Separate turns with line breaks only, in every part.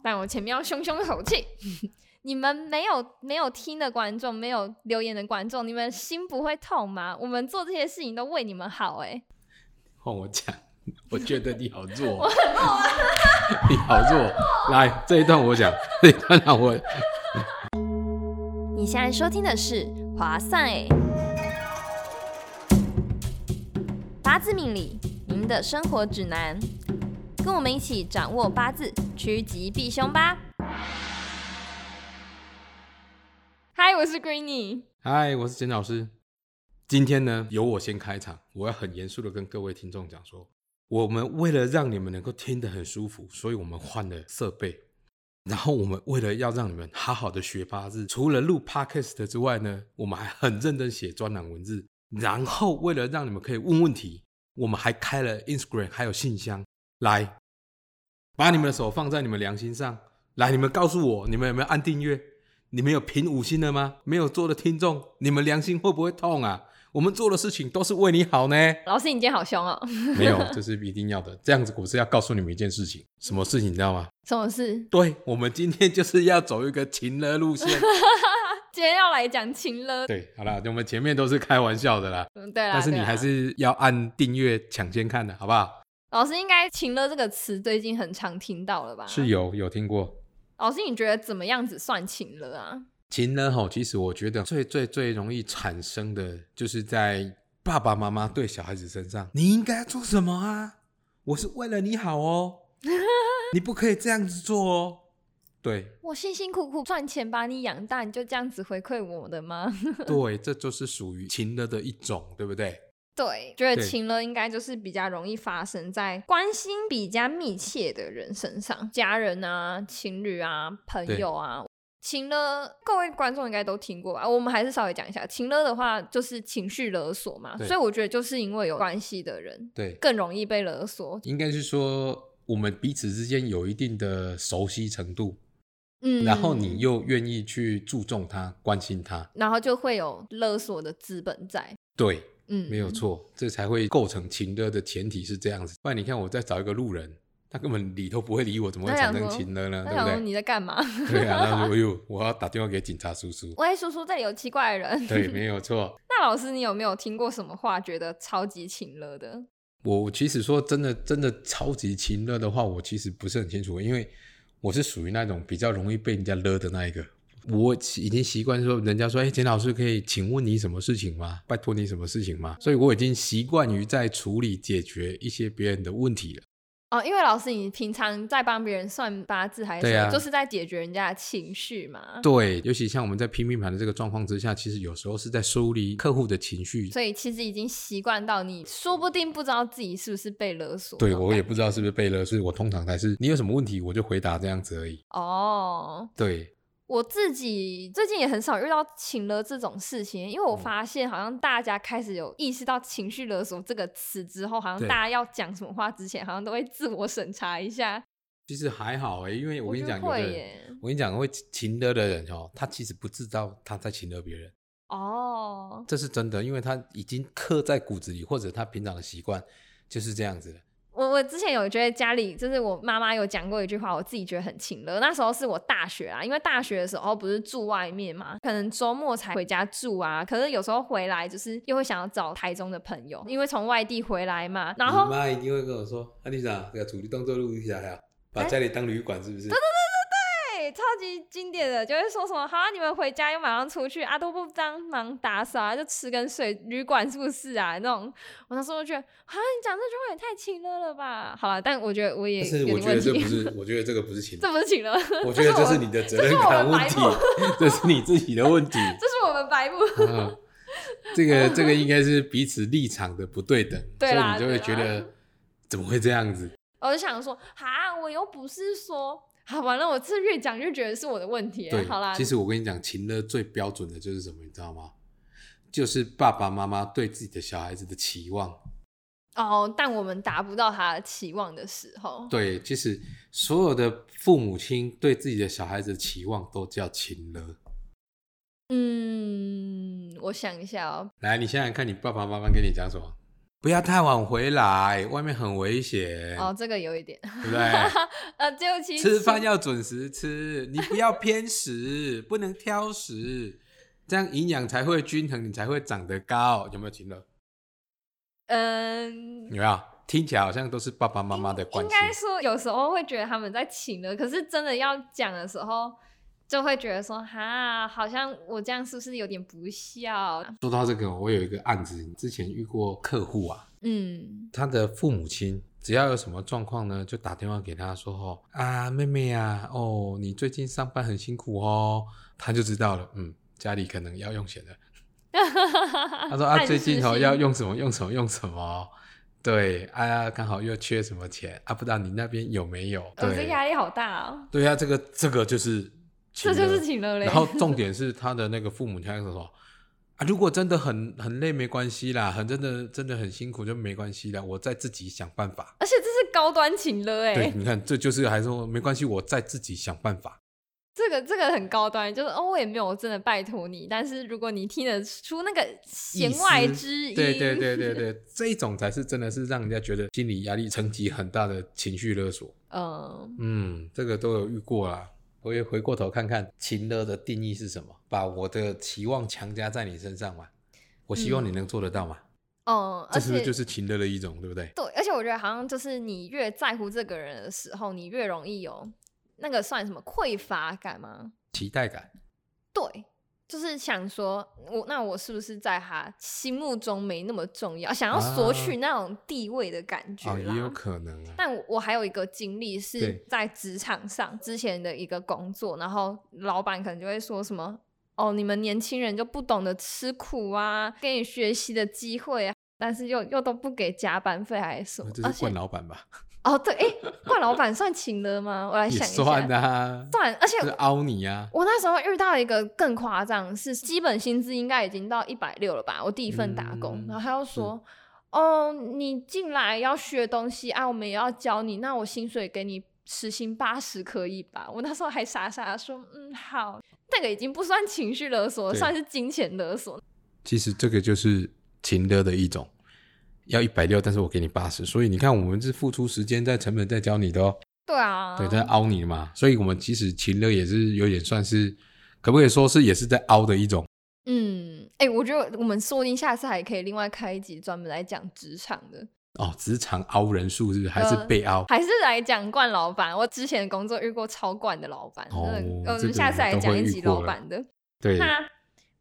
但我前面要凶凶口气。 你们没有没有听的观众，没有留言的观众，你们心不会痛吗？我们做这些事情都为你们好、欸，
换我 讲，我觉得你好弱，
哎，很好啊。
你好弱。来，这一段我讲，这一段让我
你现在收听的是《划算哎》，八字命理，您的生活指南，跟我们一起掌握八字，趋吉避凶吧。嗨，我是 Greeny。
嗨，我是简老师。今天呢，由我先开场，我要很严肃的跟各位听众讲说，我们为了让你们能够听得很舒服，所以我们换了设备。然后我们为了要让你们好好的学八字，除了录 podcast 之外呢，我们还很认真写专栏文字。然后为了让你们可以问问题，我们还开了 Instagram，还有信箱，来把你们的手放在你们良心上，来，你们告诉我，你们有没有按订阅？你们有评五星的吗？没有做的听众，你们良心会不会痛啊？我们做的事情都是为你好呢。
老师，你今天好凶哦！
没有，这是一定要的。这样子，我是要告诉你们一件事情，什么事情你知道吗？
什么事？
对，我们今天就是要走一个情乐路线。
今天要来讲情了。
对，好啦，我们前面都是开玩笑的啦，
嗯，对啦。
但是你
对啦
还是要按订阅抢先看的，好不好？
老师应该“情了”这个词最近很常听到了吧？
是。有有听过
老师，你觉得怎么样子算情了啊？
情呢？吼，其实我觉得最最最容易产生的，就是在爸爸妈妈对小孩子身上，你应该做什么啊？我是为了你好哦，你不可以这样子做哦。对，
我辛辛苦苦赚钱把你养大，你就这样子回馈我的吗？
对，这就是属于情乐的一种，对不对？
对，觉得
对
情了应该就是比较容易发生在关心比较密切的人身上，家人啊、情侣啊、朋友啊。情了，各位观众应该都听过吧？我们还是稍微讲一下，情了的话就是情绪勒索嘛，
对
所以我觉得就是因为有关系的人
对，
更容易被勒索。
应该是说我们彼此之间有一定的熟悉程度，
嗯，
然后你又愿意去注重他、关心他，
然后就会有勒索的资本在。
对，
嗯，
没有。错，这才会构成情乐的前提是这样子。不然你看，我再找一个路人，他根本理都不会理我，怎么会
那
产
想
生
说
情乐呢？
那
啊对不
想说
对？
你在干嘛？。
对啊，那就哎呦，我要打电话给警察叔叔
喂，叔叔，这里有奇怪的人。
对，没有错。
那老师，你有没有听过什么话觉得超级情了的？
我其实说真的，真的超级情乐的话，我其实不是很清楚，因为我是属于那种比较容易被人家勒的那一个。我已经习惯说，人家说：“哎、简老师，可以请问你什么事情吗？拜托你什么事情吗？”所以我已经习惯于在处理解决一些别人的问题了。
哦，因为老师，你平常在帮别人算八字还是
对
什么，
啊
就是在解决人家的情绪嘛。
对，尤其像我们在拼命盘的这个状况之下，其实有时候是在梳理客户的情绪。
所以其实已经习惯到你，说不定不知道自己是不是被勒索那
对
种感觉。
我也不知道是不是被勒，所以我通常才是你有什么问题我就回答这样子而已。
哦，
对，
我自己最近也很少遇到情勒这种事情，因为
哦
我发现好像大家开始有意识到“情绪勒索”这个词之后，好像
对
大家要讲什么话之前，好像都会自我审查一下。
其实还好哎、因为我跟你
觉得
讲，有的
会
人
耶。
我跟你讲，会情勒的人哦，他其实不知道他在情勒别人，
哦，
这是真的，因为他已经刻在骨子里，或者他平常的习惯就是这样子的。
我我之前有觉得家里就是我妈妈有讲过一句话，我自己觉得很情勒。那时候是我大学啊，因为大学的时候不是住外面嘛，可能周末才回家住啊。可是有时候回来就是又会想要找台中的朋友，因为从外地回来嘛，然后
你妈一定会跟我说：“啊，你啥？给处理动作录一下呀，
哎
把家里当旅馆是不是？”
对，哎超级经典的，就会说什么好、啊，你们回家又马上出去啊，都不帮忙打扫啊，就吃跟睡，旅馆是不是啊？那种，我那时候就觉得啊，你讲这句话也太轻了了吧？好了，但我觉得我也
但
有
是
点
我觉得
问
这 不
题，
是，我觉得这个不是情勒，
这不是轻了， 这
我觉得这
是
是
我
你的责
这
任
是我
感
们
问
白
题
目，
这是你自己的 问题。
是我们白目。
嗯，这个这个应该是彼此立场的不对等，
对啦
所以你就会觉
对啦
得怎么会这样子？
我就想说，啊，我又不是说，啊，完了，我这越讲越觉得是我的问题。
对，
好啦，
其实我跟你讲，情乐最标准的就是什么，你知道吗？就是爸爸妈妈对自己的小孩子的期望。
哦，但我们达不到他的期望的时候，
对，其实所有的父母亲对自己的小孩子的期望都叫情乐。
嗯，我想一下哦，哦
来，你想想看，你爸爸妈妈跟你讲什么？不要太晚回来，外面很危险，
哦，这个有一点，
对不对？
呃，就其实
哎吃饭要准时吃，你不要偏食，不能挑食，这样营养才会均衡，你才会长得高。有没有听乐？
嗯，
有没有？听起来好像都是爸爸妈妈的关
应
系。
该说有时候会觉得他们在请了，可是真的要讲的时候，就会觉得说哈，好像我这样是不是有点不孝？啊
说到这个，我有一个案子，之前遇过客户啊，
嗯，
他的父母亲只要有什么状况呢，就打电话给他说：“哦啊，妹妹啊，哦，你最近上班很辛苦哦。”他就知道了，嗯，家里可能要用钱了。 他
他
说：“啊，最近哦要用什么用什么用什么。”对，啊，刚好又缺什么钱啊？不知道你那边有没有？
我哦这
对，
压力好大哦，
对啊，这个这个就是情
这就
勒，
是请了嘞。
然后重点是他的那个父母他就说啊，如果真的很很累没关系啦，很真的真的很辛苦就没关系啦，我再自己想办法。
而且这是高端请了哎、
对，你看这就是还说没关系，我再自己想办法。
这个这个很高端，就是哦，我也没有真的拜托你，但是如果你听得出那个弦
意思
外之音，
对对对对 对，这种才是真的是让人家觉得心理压力层级很大的情绪勒索。
嗯，
嗯，这个都有遇过啦。我也回过头看看情勒的定义是什么，把我的期望强加在你身上嘛，我希望你能做得到嘛，
嗯，而
这是不是
且
就是情勒的一种，对不对？
对，而且我觉得好像就是你越在乎这个人的时候，你越容易有那个算什么匮乏感吗？
期待感。
对，就是想说我那我是不是在他心目中没那么重要，想要索取
啊
那种地位的感觉
哦，
啦。
也有可能啊。
但我我还有一个经历是
对
在职场上之前的一个工作，然后老板可能就会说什么：“哦，你们年轻人就不懂得吃苦啊，给你学习的机会啊，但是又又都不给加班费还是什么
那。”这
而
是
且
惯老板吧？
哦，对，哎，冠老板算请了吗？我来
也
想一下，
算啊，
算而且
这是凹你啊。
我那时候遇到一个更夸张，是基本薪资应该已经到一百六了吧？我第一份打工，
嗯
然后他又说。哦，你进来要学东西啊，我们也要教你。那我薪水给你时薪八十可以吧？我那时候还傻傻的说，嗯，好。那个已经不算情绪勒索，
对
算是金钱勒索。
其实这个就是情勒的一种，要一百六，但是我给你八十，所以你看我们是付出时间在成本在教你的哦，
对啊，
对，在凹你嘛。所以我们其实情勒也是有点算是，可不可以说是也是在凹的一种？
嗯，哎、我觉得我们说不定下次还可以另外开一集专门来讲职场的。
哦，职场凹人数是不是还是
呃
被凹？
还是来讲惯老板。我之前工作遇过超惯的老板，
哦
真的
这
呃我
个
们下次来
都
讲
会
一
遇
集
过
老
了
板的。
对，
那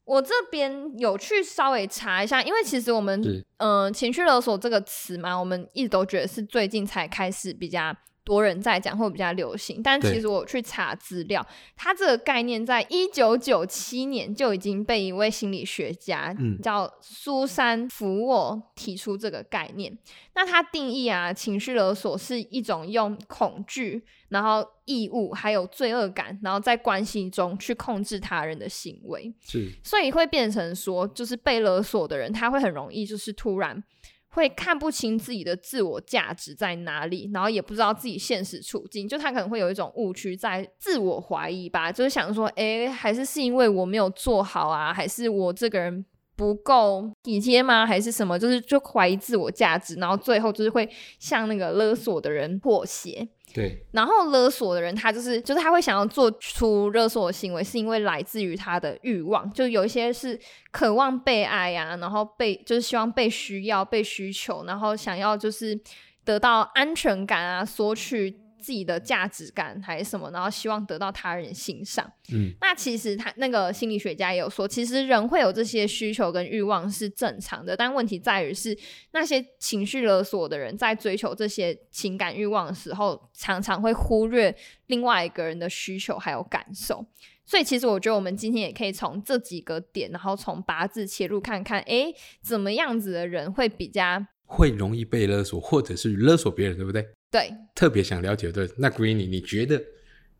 我这边有去稍微查一下，因为其实我们
是
嗯、呃情绪勒索”这个词嘛，我们一直都觉得是最近才开始比较多人在讲，或比较流行。但
对
其实我去查资料，它这个概念在一九九七年就已经被一位心理学家
嗯
叫苏珊·福沃提出这个概念。那它定义啊，情绪勒索是一种用恐惧、然后义务还有罪恶感，然后在关系中去控制他人的行为。
是
所以会变成说，就是被勒索的人，他会很容易就是突然会看不清自己的自我价值在哪里，然后也不知道自己现实处境，就他可能会有一种误区，在自我怀疑吧，就是想说，诶，还是是因为我没有做好啊，还是我这个人。不够体贴吗？还是什么？就是就怀疑自我价值，然后最后就是会向那个勒索的人妥协。
对，
然后勒索的人，他就是就是他会想要做出勒索的行为，是因为来自于他的欲望，就有一些是渴望被爱呀、然后被就是希望被需要、被需求，然后想要就是得到安全感啊，索取自己的价值感还是什么，然后希望得到他人欣赏。
嗯，
那其实他那个心理学家也有说，其实人会有这些需求跟欲望是正常的，但问题在于是那些情绪勒索的人在追求这些情感欲望的时候，常常会忽略另外一个人的需求还有感受。所以其实我觉得我们今天也可以从这几个点，然后从八字切入看看，诶，怎么样子的人会比较
会容易被勒索，或者是勒索别人，对不对？
对
特别想了解对，那 Greeny，你觉得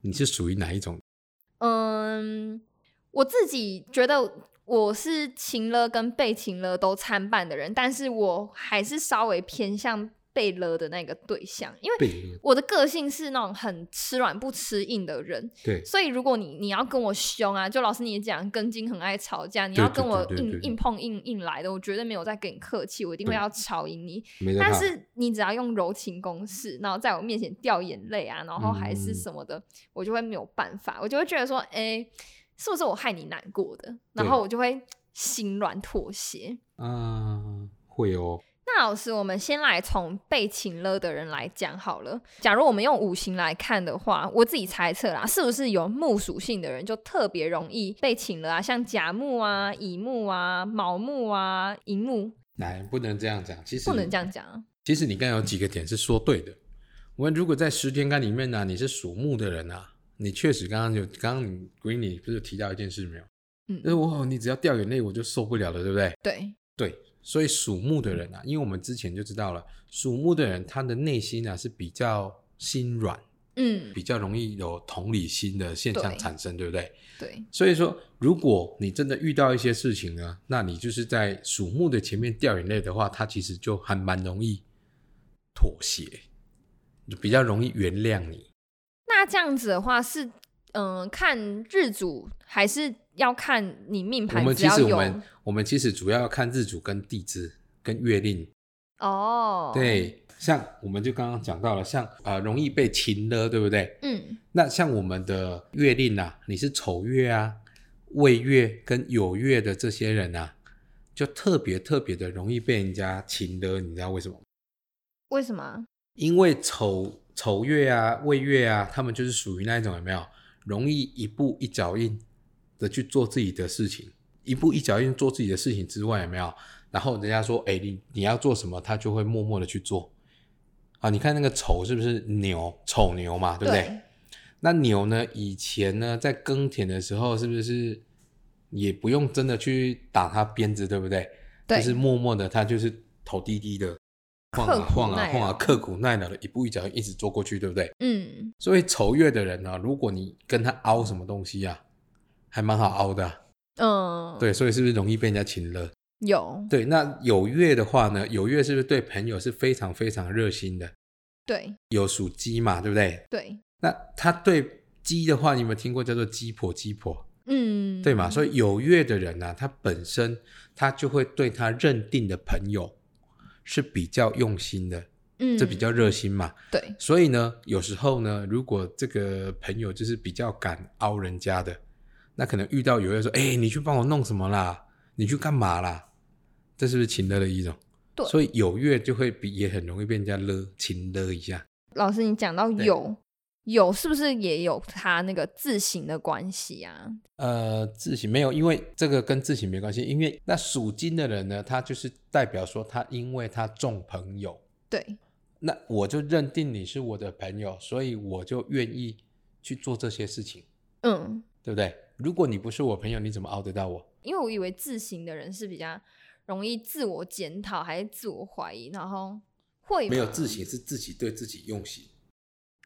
你是属于哪一种？
嗯，我自己觉得我是情了跟被情了都参半的人，但是我还是稍微偏向被勒的那个对象，因为
被
我的个性是那种很吃软不吃硬的人，
对
所以如果你你要跟我凶啊，就老师你也讲跟金很爱吵架，你要
对对
跟我
对对
硬
对
硬碰硬硬来的，我绝对没有在跟你客气，我一定会
对
要吵赢你。
没得
但
怕。
是你只要用柔情攻势，然后在我面前掉眼泪啊，然后还是
嗯
什么的，我就会没有办法，我就会觉得说，哎、是不是我害你难过的？然
对
后我就会心软妥协。
啊，会哦，
那老师，我们先来从被请了的人来讲好了。假如我们用五行来看的话，我自己猜测啦，是不是有木属性的人就特别容易被请了啊？像甲木啊、乙木啊、卯木啊、寅木，
来，哎不能这样讲。其实
不能这样讲啊。
其实你刚才有几个点是说对的。我们如果在十天干里面呢、你是属木的人啊，你确实刚刚有刚刚你 Green 你不是有提到一件事没有？
嗯
就是我你只要掉眼泪我就受不了了，对不对？
对，
对，所以属木的人啊，因为我们之前就知道了，属木的人他的内心啊是比较心软，
嗯，
比较容易有同理心的现象
对
产生，对不对？
对，
所以说，如果你真的遇到一些事情呢，那你就是在属木的前面掉眼泪的话，它其实就还蛮容易妥协，就比较容易原谅你。
那这样子的话是，嗯、看日主还是要看你命
我
盘，
们
只
其
要
实
有
我们我们其实主要看日主跟地支跟月令。
哦，，
对，像我们就刚刚讲到了，像呃容易被擒了，对不对？
嗯，
那像我们的月令啊，你是丑月啊、未月跟酉月的这些人啊，就特别特别的容易被人家擒的，你知道为什么吗？
为什么？
因为丑丑月啊、未月啊，他们就是属于那一种有没有容易一步一脚印的去做自己的事情，一步一脚印做自己的事情之外，有没有？然后人家说，哎、你你要做什么，他就会默默的去做。啊，你看那个丑是不是牛？丑牛嘛，对不对？
对
那牛呢？以前呢，在耕田的时候，是不是也不用真的去打它鞭子，对不对？
对
就是默默的，它就是头低低的晃啊
刻苦
晃啊
耐劳
晃啊，刻苦耐劳的一步一脚印一直做过去，对不对？
嗯，
所以丑月的人呢、啊如果你跟他凹什么东西啊，还蛮好凹的啊、
嗯，，
对，所以是不是容易被人家请了？
有，
对，那酉月的话呢，酉月是不是对朋友是非常非常热心的？
对，
有属鸡嘛，对不对？
对，
那他对鸡的话，你有没有听过叫做鸡婆？鸡婆？
嗯，
对嘛？所
以
以有月的人呢、啊他本身他就会对他认定的朋友是比较用心的，
嗯，
这比较热心嘛。
对，
所以呢，有时候呢，如果这个朋友就是比较敢凹人家的，那可能遇到有人说：“哎、你去帮我弄什么啦？你去干嘛啦？”这是不是情勒的一种？
对
所以有月就会比也很容易被人家勒情勒一下。
老师你讲到
对
有。有是不是也有他那个字形的关系啊？
呃，字形没有，因为这个跟字形没关系，因为那属金的人呢，他就是代表说他因为他重朋友，
对，
那我就认定你是我的朋友，所以我就愿意去做这些事情，
嗯，
对不对？如果你不是我朋友，你怎么熬得到我？
因为我以为自行的人是比较容易自我检讨，还是自我怀疑，然后会
没有
吗
自省是自己对自己用心，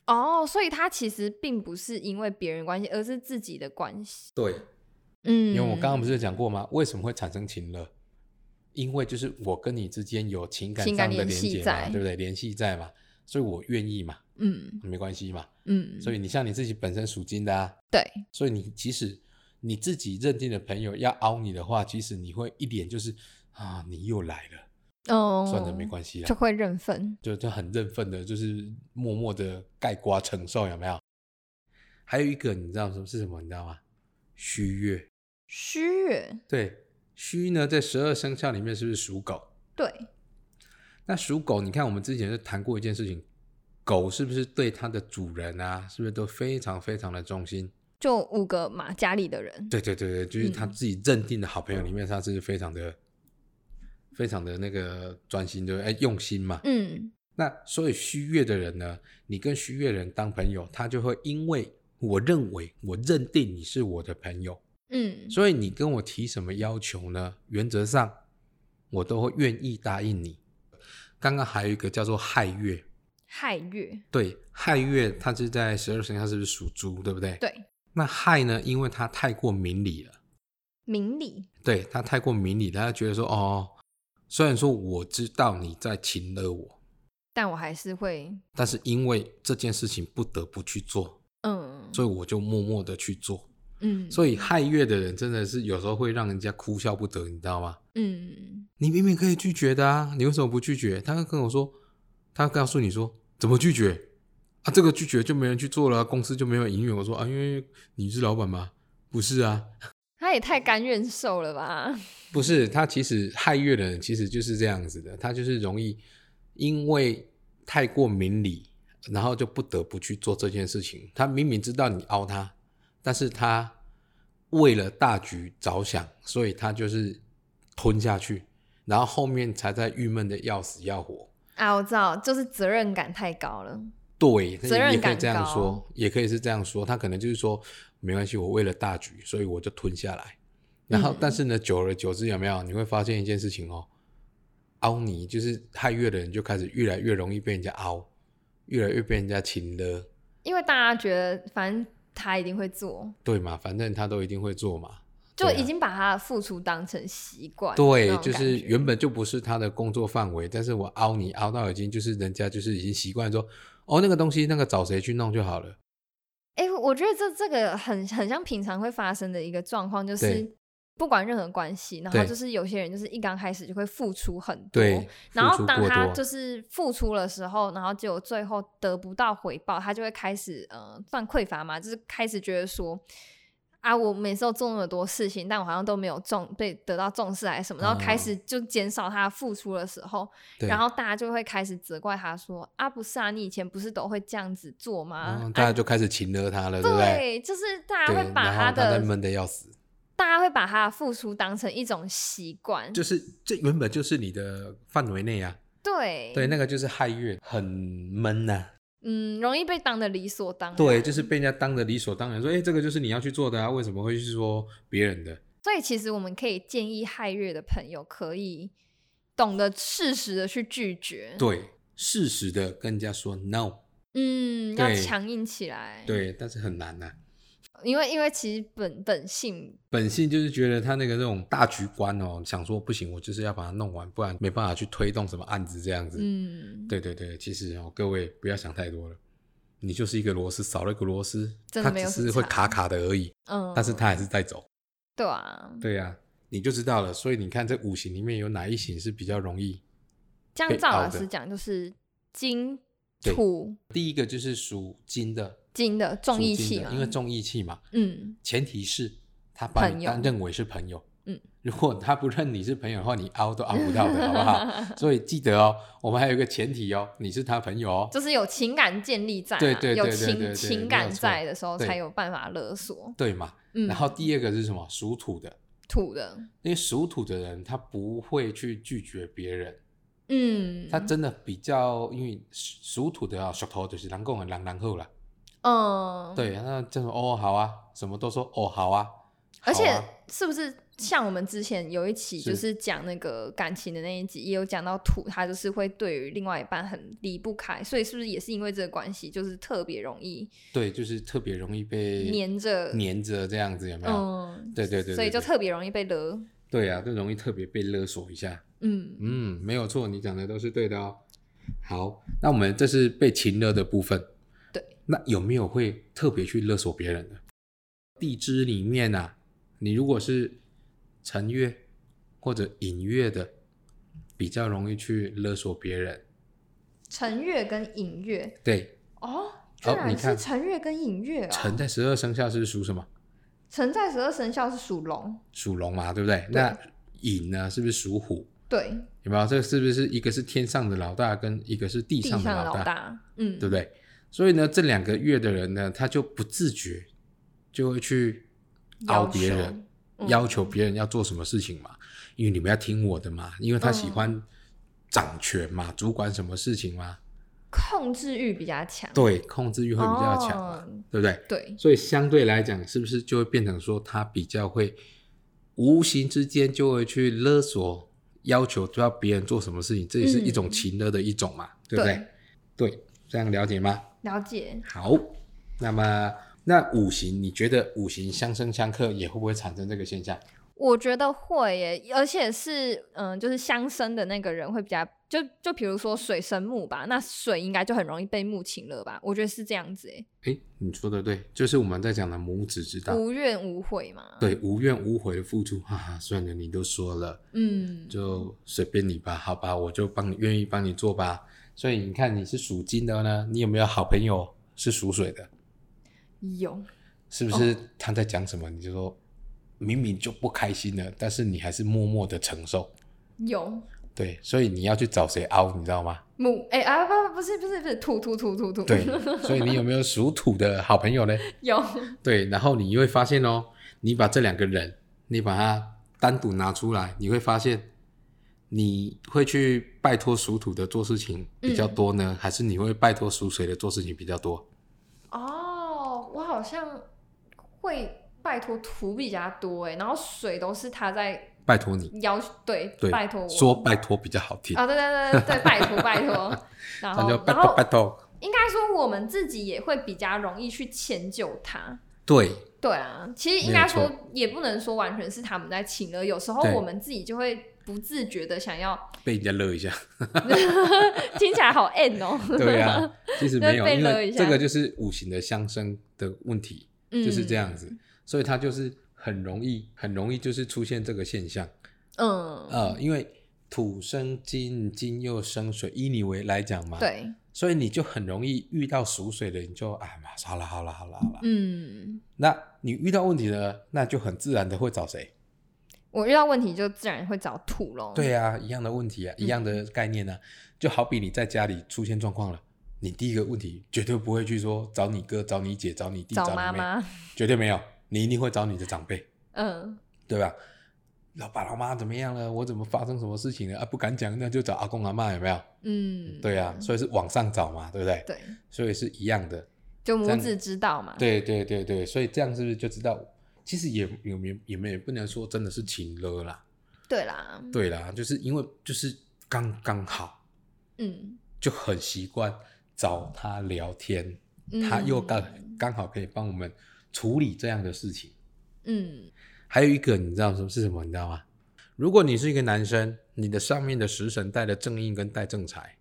哦，所以他其实并不是因为别人关系，而是自己的关系。
对，
嗯，
因为我刚刚不是有讲过吗？为什么会产生情乐？因为就是我跟你之间有情感
情
上
感
的连
联系
接嘛，
在
对不对？联系在嘛，所以我愿意嘛，
嗯
没关系嘛。
嗯，
所
以
以你像你自己本身属金的啊，
对，
所以你即使你自己认定的朋友要凹你的话，其实你会一脸就是啊，你又来了，
哦，
算了，没关系啊
就
啦，
会认分。
就就很认份的，就是默默的盖瓜承受，有没有？还有一个你知道什么是什么？你知道吗？虚月，
虚月，
对，虚呢在十二生肖里面是不是属狗？
对，
那属狗，你看我们之前就谈过一件事情，狗是不是对它的主人啊，是不是都非常非常的忠心？
就五个嘛，家里的人，
对对对对，就是他
嗯
自己认定的好朋友里面，他是非常的、非常的那个专心的，哎，用心嘛。
嗯，
那所以虚月的人呢，你跟虚月人当朋友，他就会因为我认为我认定你是我的朋友，
嗯
所以你跟我提什么要求呢？原则上我都会愿意答应你。刚刚还有一个叫做亥月，
亥月，
对，亥月它是在十二生肖是不是属猪，对不对？
对，
那亥呢，因为它太过明理了。
明理，
对他太过明理，他觉得说哦，虽然说我知道你在擒了我，
但我还是会，
但是因为这件事情不得不去做，
嗯
所以我就默默的去做。
嗯，
所以害乐的人真的是有时候会让人家哭笑不得，你知道吗？
嗯，
你明明可以拒绝的啊，你为什么不拒绝？他跟我说，他告诉你说怎么拒绝啊？这个拒绝就没人去做了啊、公司就没有营运。我说啊，因为你是老板吗？不是啊，
他也太甘愿受了吧？
不是。他其实害乐的人其实就是这样子的，他就是容易因为太过明理，然后就不得不去做这件事情。他明明知道你凹他，但是他为了大局着想，所以他就是吞下去，然后后面才在郁闷的要死要活。
啊，我知道，就是责任感太高了。
对，
责任
也可以
感
这样
高
说，也可以是这样说。他可能就是说，没关系，我为了大局，所以我就吞下来。然
嗯
后，但是呢，久而久之，有没有你会发现一件事情哦？凹你就是害月的人，就开始越来越容易被人家凹，越来越被人家亲了，
因为大家觉得反正他一定会做，
对嘛？反正他都一定会做嘛。
就
对啊
已经把他的付出当成习惯。
对
那，种
就是
感觉
原本就不是他的工作范围，但是我凹你凹到已经就是人家就是已经习惯说，哦，那个东西那个找谁去弄就好了。
哎、我觉得这这个很很像平常会发生的一个状况，就是
对
不管任何关系，然后
对
就是有些人就是一刚开始就会付出很多，
对，
哦然
付
后
出
当
过
他
多
就是付出的时候，然后结果最后得不到回报，他就会开始呃算匮乏嘛，就是开始觉得说。啊！我每次都做那么多事情，但我好像都没有重被得到重视还是什么，然后开
嗯
始就减少他的付出的时候，
对
然后大家就会开始责怪他说：“啊，不是啊，你以前不是都会这样子做吗？”
嗯，
啊
大家就开始擒了他了，对不对？
对，就是大家
对，
会把
然后他在
的，
闷的要死，
大家会把他的付出当成一种习惯，
就是这原本就是你的范围内啊，
对
对，，那个就是害月，很闷呐、
嗯，容易被当的理所当然，
对，就是被人家当的理所当然，说，哎，这个就是你要去做的啊，为什么会去说别人的？
所以其实我们可以建议害月的朋友可以懂得适时的去拒绝，
对，适时的跟人家说 no，
嗯，要
对
强硬起来，，
对，但是很难呐、
因为因为其实本本性，
本性就是觉得他那个那种大局观哦，想说不行，我就是要把它弄完，不然没办法去推动什么案子这样子。
嗯，
对对对，其实哦，各位不要想太多了，你就是一个螺丝，少了一个螺丝，
真的
它
没
只
有
是
什
会
么
卡卡的而已，
嗯，
但是它还是在走。
对啊，
对呀、你就知道了。所以你看这五行里面有哪一行是比较容易？
这样
被
赵
熬
老
的
师讲就是金
对
土
第一个就是属金的，
金的重
属
义
金
气
的
嘛，
因为重义气嘛，
嗯
前提是他把
朋
你
友
当认为是朋友。
嗯，
如果他不认你是朋友的话，你凹都凹不到的，好 不好？所以记得哦，我们还有一个前提哦，你是他朋友哦。
就是有情感建立在、啊，
对对对
有
对对
情
对没
情
有
感
错
在的时候
对
才有办法勒索。
对嘛？
嗯，
然后第二个是什么？属土的，
土的，
因为属土的人他不会去拒绝别人，
嗯，
他真的比较因为属土的啊，属头就是人讲的人人后啦。
嗯，，
对，那这种哦好啊，什么都说哦好啊，
而
好
且
啊
是不是像我们之前有一期
是
就是讲那个感情的那一集，也有讲到土，他就是会对于另外一半很离不开，所以是不是也是因为这个关系，就是特别容易
对，就是特别容易被
黏着，
黏着这样子，有没有？
嗯，
对对对对
所以就
对
特别容易被勒，
对啊，就容易特别被勒索一下。
嗯
嗯，没有错，你讲的都是对的哦。好，那我们这是被情勒的部分。
对，
那有没有会特别去勒索别人的？地支里面啊，你如果是辰月或者寅月的，比较容易去勒索别人。
辰月跟寅月
对，
哦，居
哦
然
你
是
看
辰月跟寅月哦，
辰在十二生肖是属什么？
辰在十二生肖是属龙，
属龙嘛，对不对？那寅呢，是不是属虎？
对，
有没有？这是不是一个是天上的老大，跟一个是地
地
上
上
的
的
老
老
大？
大，嗯，
对不对？所以呢，这两个月的人呢，他就不自觉就会去凹
要
别
求
人，
嗯
要求别人要做什么事情嘛，因为你们要听我的嘛，因
嗯
为他喜欢掌权嘛，主管什么事情嘛，
控制欲比较强，
对，控制欲会比较强嘛，
哦
对不对？
对，
所以相对来讲，是不是就会变成说他比较会无形之间就会去勒索、要求要别人做什么事情，这也是一种
嗯
情勒的一种嘛，对不对？对，这样了解吗？
了解。
好，那么那五行，你觉得五行相生相克也会不会产生这个现象？
我觉得会耶，而且是嗯，就是相生的那个人会比较，就就比如说水生木吧，那水应该就很容易被木情了吧？我觉得是这样子耶，
哎，你说的对，就是我们在讲的母子之道，
无怨无悔嘛。，
对，无怨无悔的付出， 哈哈，算了，你都说了，
嗯，
就随便你吧，好吧，我就帮你，愿意帮你做吧。所以你看，你是属金的呢，你有没有好朋友是属水的？
有，
是不是他在讲什么？你就说明明就不开心了，但是你还是默默的承受。
有
对，所以你要去找谁凹，你知道吗？
母哎、啊不不不是不是不是土土土土土，
对，所以你有没有属土的好朋友呢？
有
对，然后你会发现哦，你把这两个人，你把它单独拿出来，你会发现，你会去拜托属土的做事情比
嗯
较多呢，还是你会拜托属水的做事情比较多？
哦，我好像会拜托土比较多哎，然后水都是他在
拜托你，
要对
对，
拜托我
说拜托比较好听，
啊、对对对对，拜 托拜托，然
那
后
就拜
然
托
后
拜托。
应该说我们自己也会比较容易去迁就他。
对，
对啊，其实应
没
该
有错
说也不能说完全是他们在请了，有时候
对
我们自己就会不自觉的想 要，
被人家勒一下，
听起来好 N 哦。
对啊，其实没有，
被
因
勒
为
一下
这个就是五行的相生的问题，
嗯
就是这样子，所以它就是很容易，很容易就是出现这个现象。
嗯，
呃，因为土生金，金又生水，以你为来讲嘛，，
对，
所以你就很容易遇到属水的，你就啊，嘛好了好了好了好了，
嗯，
那你遇到问题了，那就很自然的会找谁？
我遇到问题就自然会找土咯。
对啊，一样的问题啊，一样的
嗯
概念啊，就好比你在家里出现状况了。你第一个问题绝对不会去说找你哥、找你姐、找你弟、
找
你
妈
妹，
妈，
绝对没有，你一定会找你的长辈。
嗯，
对吧？老爸老妈怎么样了？我怎么发生什么事情了啊？不敢讲，那就找阿公阿妈有没有？
嗯，
对啊，所以是往上找嘛，对不对？
对，嗯
所以是一样的。
就母
样
子之道嘛。
对对对对，所以这样是不是就知道？其实也也没也没也不能说真的是情了啦，
对啦，
对啦，就是因为就是刚刚好，
嗯，
就很习惯找他聊天，
嗯
他又刚刚好可以帮我们处理这样的事情。
嗯，
还有一个你知道什么是什么？你知道吗？如果你是一个男生，你的上面的食神带了正印跟带正财，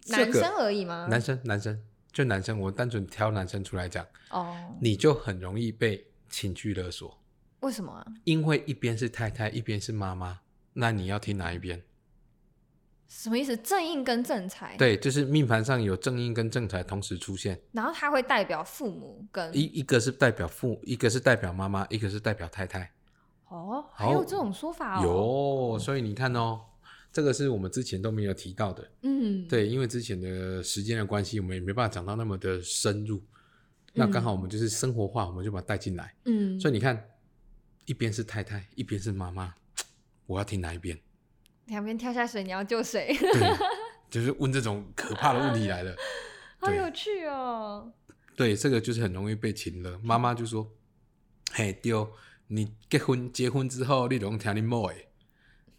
这
男
个
生而已吗？
男生男生就男生，我单纯挑男生出来讲，
哦，
你就很容易被情绪勒索，
为什么啊？
因为一边是太太，一边是妈妈，那你要听哪一边？
什么意思？正印跟正财，，
对，就是命盘上有正印跟正财同时出现，
然后它会代表父母跟
一一个是代表父，一个是代表妈妈，一个是代表太太。
哦，还有这种说法哦，，
有，所以你看哦，这个是我们之前都没有提到的。
嗯，，
对，因为之前的时间的关系，我们也没办法讲到那么的深入。那刚好我们就是生活化，我们就把它带进来。
嗯，
所以你看，一边是太太，一边是妈妈，我要听哪一边？
两边跳下水，你要救谁？
对，就是问这种可怕的问题来了。
好
对
有趣哦，
对，这个就是很容易被擒了。妈妈就说：“嘿，丢，你结婚结婚之后，你拢听你某诶。”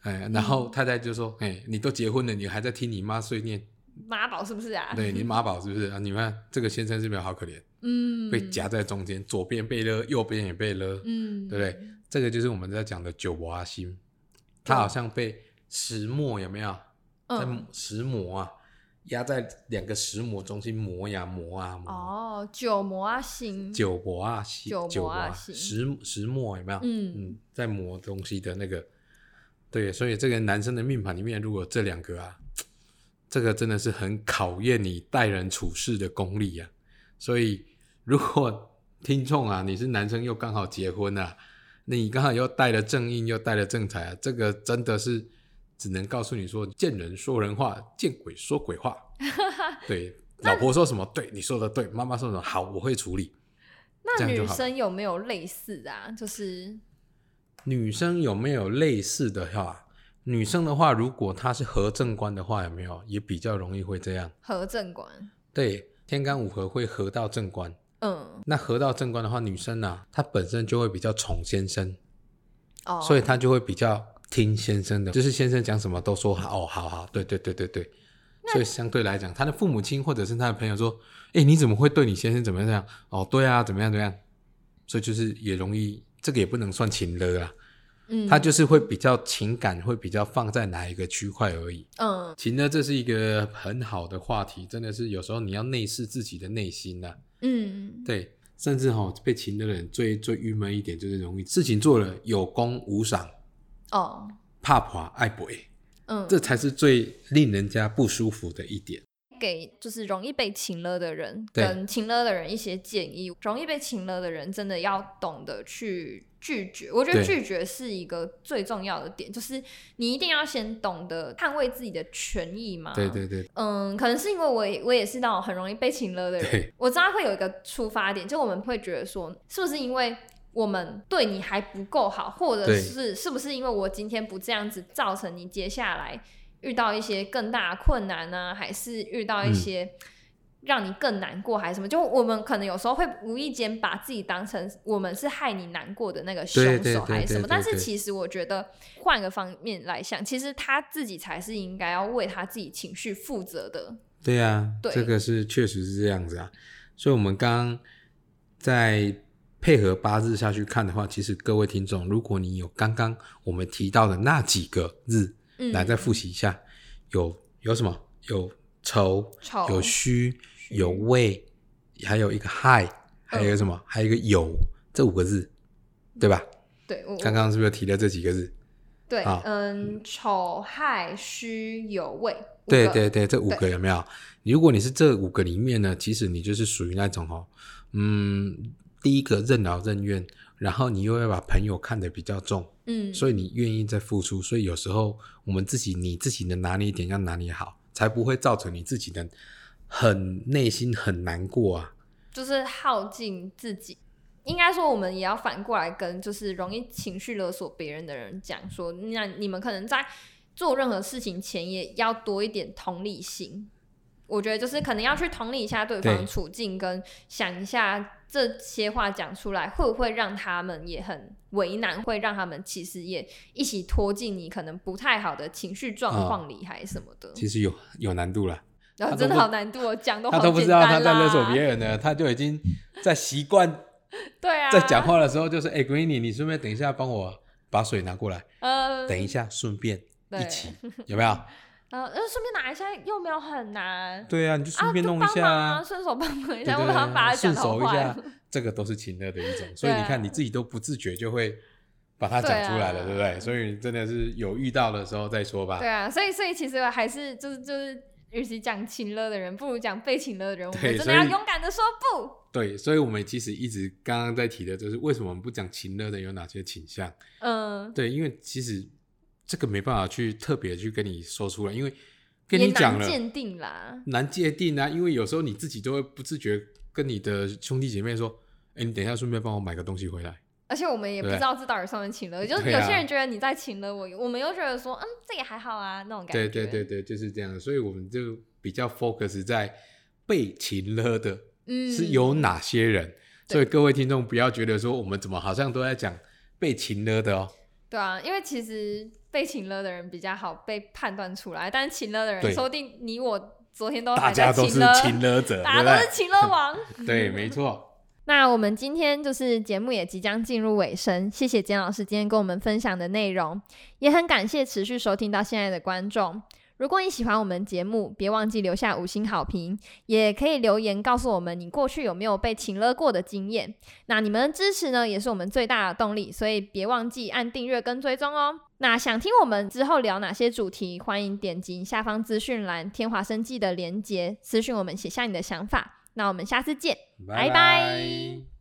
哎，然
嗯
后太太就说：“哎，你都结婚了，你还在听你妈碎念？
妈宝是不是啊？
对，你妈宝是不是啊？你看这个先生是不是好可怜？
嗯，
被，夹在中间，左边被勒，右边也被勒，
嗯，
对不对？这个就是我们在讲的九娃心，它好像被石磨有没有？在
嗯，
石磨啊，压在两个石磨中心磨呀磨啊磨。
哦，九魔啊星，
九磨啊心，
九
九
磨啊
磨
心
石石磨有没有？
嗯
嗯，在磨东西的那个，对，所以这个男生的命盘里面，如果这两个啊，这个真的是很考验你待人处事的功力啊。所以如果听众啊，你是男生又刚好结婚啊，那你刚好又带了正印又带了正财啊，这个真的是只能告诉你说，见人说人话，见鬼说鬼话。对，老婆说什么对，你说的对；妈妈说什么好，我会处理。这
那
样就
女
好了
生有没有类似的啊？就是，
女生有没有类似的话？女生的话，如果她是合正官的话，有没有也比较容易会这样？
和正观，
对，天干五合会合到正官。
嗯，
那合到正官的话，女生啊，她本身就会比较宠先生，
哦，
所以她就会比较听先生的，就是先生讲什么都说好，哦，好好，对对对对对。所以相对来讲，她的父母亲或者是她的朋友说：“哎、你怎么会对你先生怎么样？怎么样？哦，对啊，怎么样怎么样？”所以就是也容易，这个也不能算情勒啊，
嗯，
它就是会比较情感会比较放在哪一个区块而已。
嗯，
其实呢，这是一个很好的话题，真的是有时候你要内视自己的内心呐、
嗯，
对，甚至哈、被情的人最最郁闷一点就是容易事情做了有功无赏，
哦，
怕垮爱不爱，
嗯，
这才是最令人家不舒服的一点。
给就是容易被请了的人
对
跟请了的人一些建议。容易被请了的人真的要懂得去拒绝，我觉得
对
拒绝是一个最重要的点，就是你一定要先懂得捍卫自己的权益嘛。
对。对对
嗯，可能是因为我也我也是那种很容易被请了的人
对，
我知道会有一个出发点，就我们会觉得说，是不是因为我们对你还不够好，或者
对
是是不是因为我今天不这样子，造成你接下来遇到一些更大的困难呢、还是遇到一
嗯
些让你更难过，还是什么？就我们可能有时候会无意间把自己当成我们是害你难过的那个凶
对对
手，
对
还是什
对
么？
对
但是
对
其实我觉得换个方面来想，其实他自己才是应该要为他自己情绪负责的。
对啊，
对
这个是确实是这样子啊。所以我们刚刚在配合八字下去看的话，其实各位听众，如果你有刚刚我们提到的那几个日，
嗯，
来再复习一下，有有什么？有仇，
丑
有虚，
虚嗯
有畏，还有一个害，还有一个什么？还有一个有，这五个字，对吧？
对，我
刚刚是不是提了这几个字？
对
好，
嗯，丑害虚有畏，五
对
个
对对，这五个有没有？如果你是这五个里面呢，其实你就是属于那种哦，嗯，第一个任劳任怨，然后你又要把朋友看得比较重，
嗯，
所以你愿意再付出，所以有时候我们自己你自己的拿捏点要拿捏好，才不会造成你自己的很内心很难过
嗯
啊。
就是耗尽自己。应该说，我们也要反过来跟就是容易情绪勒索别人的人讲说，那你们可能在做任何事情前也要多一点同理心。我觉得就是可能要去同理一下对方的
对
处境，跟想一下这些话讲出来会不会让他们也很为难，会让他们其实也一起拖进你可能不太好的情绪状
啊
况里，还是什么的。
其实有有难度了，
然后
他都
真的
不
好难度哦，讲都
他
好
都不
简
知道
单啊
他在勒索
啦
别人呢，他就已经在习惯
对啊，
在讲，话的时候就是，哎、闺女，你顺便等一下帮我把水拿过来，
呃，
等一下顺便
对
一起， 有没有？
呃，那顺便拿一下又没有很难，
对啊，你就顺便
就
弄一
帮
下
忙啊，顺手帮忙一
对
下，
对
我好像把它
对，
讲
顺
得好
手一
坏
下啊
哦。，
这个都是情乐的一 种。所以
对
你
啊
看，你自己都不自觉就会把它
对
讲出来了，
啊
对不对？所以真的是有遇到的时候再说吧
对。啊，所以所以其实我还是就是就是，与其讲请了的人，不如讲被请了的人。我们
对
真的
所
要
以
勇敢的说不。
对，所以我们其实一直刚刚在提的就是为什么我们不讲情乐的有哪些倾向？
嗯，
对，因为其实这个没办法去特别去跟你说出来，因为跟
也
你讲
难
了
鉴定啦。
难界定啊，因为有时候你自己都会不自觉跟你的兄弟姐妹说：“哎，你等一下顺便帮我买个东西回来。
而且我们也不
对
知道这到底算不算请了，就是
对
有
啊
些人觉得你在请了我，我们又觉得说，嗯，这也还好啊，那种”感
对
觉。
对对，对，就是这样。所以我们就比较 focus 在被擒了的
嗯，
是有哪些人。
对
所以各位听众不要觉得说我们怎么好像都在讲被擒了的哦。
对啊，因为其实被请了的人比较好被判断出来，但是请了的人，
对
说不定你我昨天都
大
还
家
在
都是
请了，
擒了者，
哦 大家都是请了王。
对不对？对，没错。
那我们今天就是节目也即将进入尾声，谢谢简老师今天跟我们分享的内容，也很感谢持续收听到现在的观众。如果你喜欢我们节目，别忘记留下五星好评，也可以留言告诉我们你过去有没有被请了过的经验。那你们的支持呢，也是我们最大的动力，所以别忘记按订阅跟追踪哦。那想听我们之后聊哪些主题，欢迎点击下方资讯栏天华生计的连结，私讯我们写下你的想法。那我们下次见。拜拜
拜